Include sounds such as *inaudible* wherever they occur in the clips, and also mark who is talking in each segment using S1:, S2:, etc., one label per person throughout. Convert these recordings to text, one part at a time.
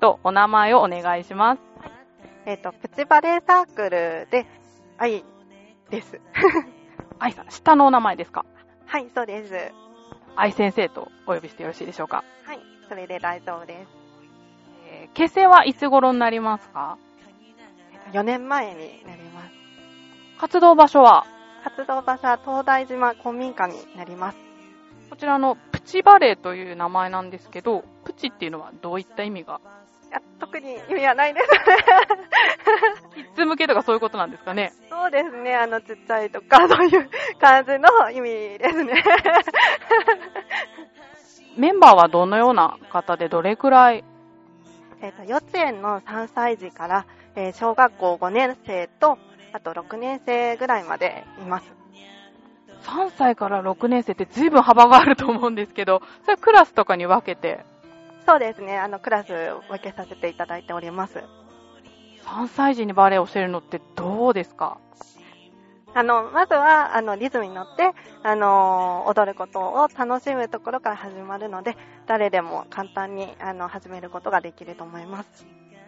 S1: とお名前をお願いします。
S2: えっ、と、プチバレーサークルで、愛です。
S1: 愛さん、下のお名前ですか
S2: はい、そうです。
S1: 愛先生とお呼びしてよろしいでしょうか。
S2: はい、それで大丈夫です。
S1: えー結成はいつ頃になりますか
S2: 4年前になります。
S1: 活動場所は、
S2: 活動場所は東大島公民館になります。
S1: こちらのプチバレーという名前なんですけど、プチっていうのはどういった意味が
S2: いや特に意味はないです。
S1: キッズ向けとかそういうことなんですかね。
S2: *laughs* そうですね、あの、ちっちゃいとか、 *laughs* そういう感じの意味ですね。
S1: メンバーはどのような方でどれくらい
S2: *laughs* えっと幼稚園の3歳児から、えー小学校5年生とあと6年生ぐらいまでいます
S1: ?3 歳から6年生って随分幅があると思うんですけど、それはクラスとかに分けて、
S2: そうですねあのクラスを分けさせていただいております
S1: 3歳児にバレエを教えるのってどうですか
S2: あのまずはあのリズムに乗って、あのー踊ることを楽しむところから始まるので誰でも簡単にあの始めることができると思います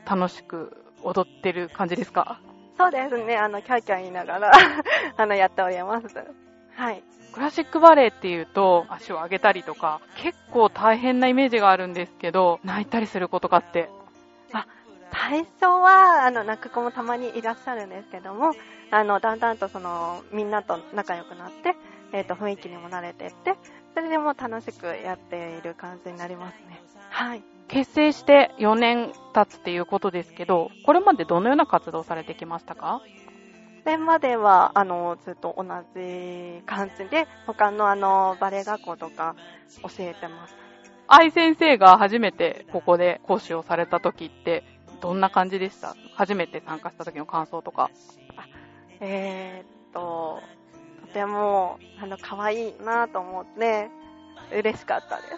S1: 楽しく踊ってる感じですか
S2: そうですねあのキャーキャー言いながら *laughs* あのやっておりますはい
S1: クラシックバレエっていうと足を上げたりとか結構大変なイメージがあるんですけど泣いたりする子とかって
S2: 最初はあの泣く子もたまにいらっしゃるんですけどもあのだんだんとそのみんなと仲良くなって、えー、と雰囲気にも慣れてってそれでもう楽しくやっている感じになりますねはい
S1: 結成して4年経つっていうことですけどこれまでどのような活動をされてきましたか
S2: それまではあのずっと同じ感じで他のあのバレエ学校とか教えてます
S1: 愛先生が初めてここで講師をされた時ってどんな感じでした初めて参加した時の感想とか
S2: えー、っととてもあの可愛いなと思って嬉しかったです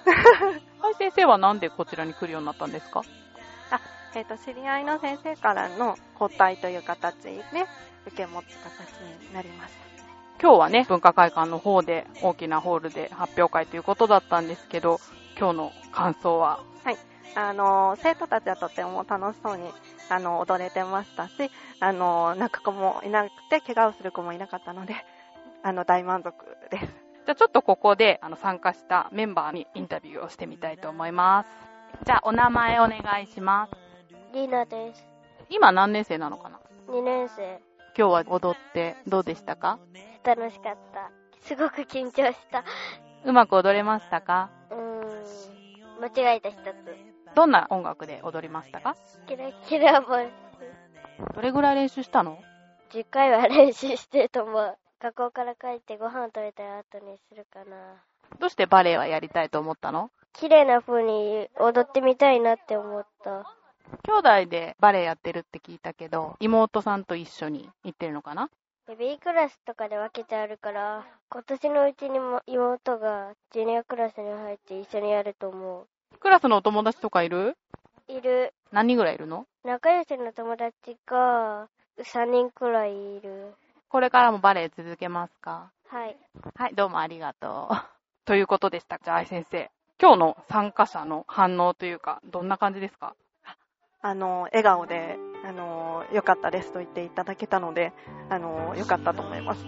S2: *laughs*
S1: 愛先生はなんでこちらに来るようになったんですか
S2: えっと知り合いの先生からの交代という形で受け持つ形になります
S1: 今日はね文化会館の方で大きなホールで発表会ということだったんですけど今日の感想は
S2: あの生徒たちはとても楽しそうにあの踊れてましたしあの泣く子もいなくて怪我をする子もいなかったのであの大満足です
S1: じゃあちょっとここであの参加したメンバーにインタビューをしてみたいと思います。じゃあお名前お願いします。
S3: リナです。
S1: 今何年生なのかな
S3: 2年生。
S1: 今日は踊ってどうでしたか
S3: 楽しかった。すごく緊張した。
S1: うまく踊れましたか
S3: うーん。間違えた一つ。
S1: どんな音楽で踊りましたか
S3: キラキラボイ
S1: どれぐらい練習したの
S3: ス。10回は練習してると思う。学校から帰ってご飯食べたら後にするかな。
S1: どうしてバレエはやりたいと思ったの
S3: 綺麗な風に踊ってみたいなって思った。
S1: 兄弟でバレエやってるって聞いたけど、妹さんと一緒に行ってるのかな
S3: ベビークラスとかで分けてあるから、今年のうちにも妹がジュニアクラスに入って一緒にやると思う。
S1: クラスのお友達とかいる
S3: いる。
S1: 何人ぐらいいるの
S3: 仲良しの友達が3人くらいいる。
S1: これからもバレエ続けますか
S3: はい。
S1: はい、どうもありがとう。 *laughs* ということでした。じゃあ、愛先生。今日の参加者の反応というか、どんな感じですか
S2: あの笑顔であの良かったですと言っていただけたのであの良かったと思います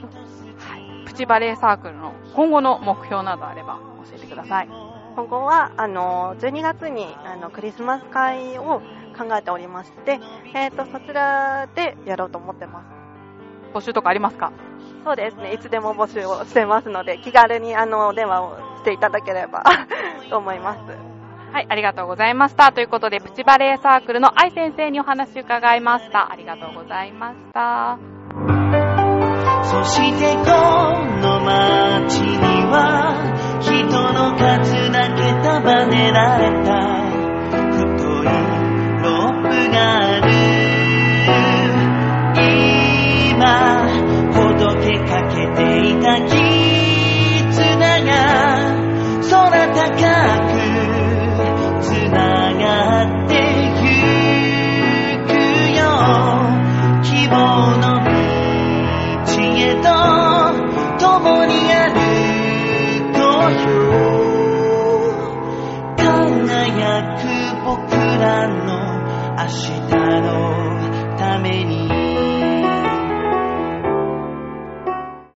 S1: プチバレエサークルの今後の目標などあれば教えてください。
S2: 今後はあの12月にあのクリスマス会を考えておりまして、えー、とそちらでやろうと思ってます
S1: 募集とかありますか
S2: そうですね、いつでも募集をしてますので、気軽にあのお電話をしていただければ *laughs* と思います。
S1: はい、ありがとうございました。ということで、プチバレエサークルの愛先生にお話伺いました。ありがとうございました。
S4: そしてこの街には人の数だけ束ねられた太いロープがある今ほどけかけていた絆が空高くつながってゆくよ希望の知恵と共に歩こうよ輝く僕らの明日のために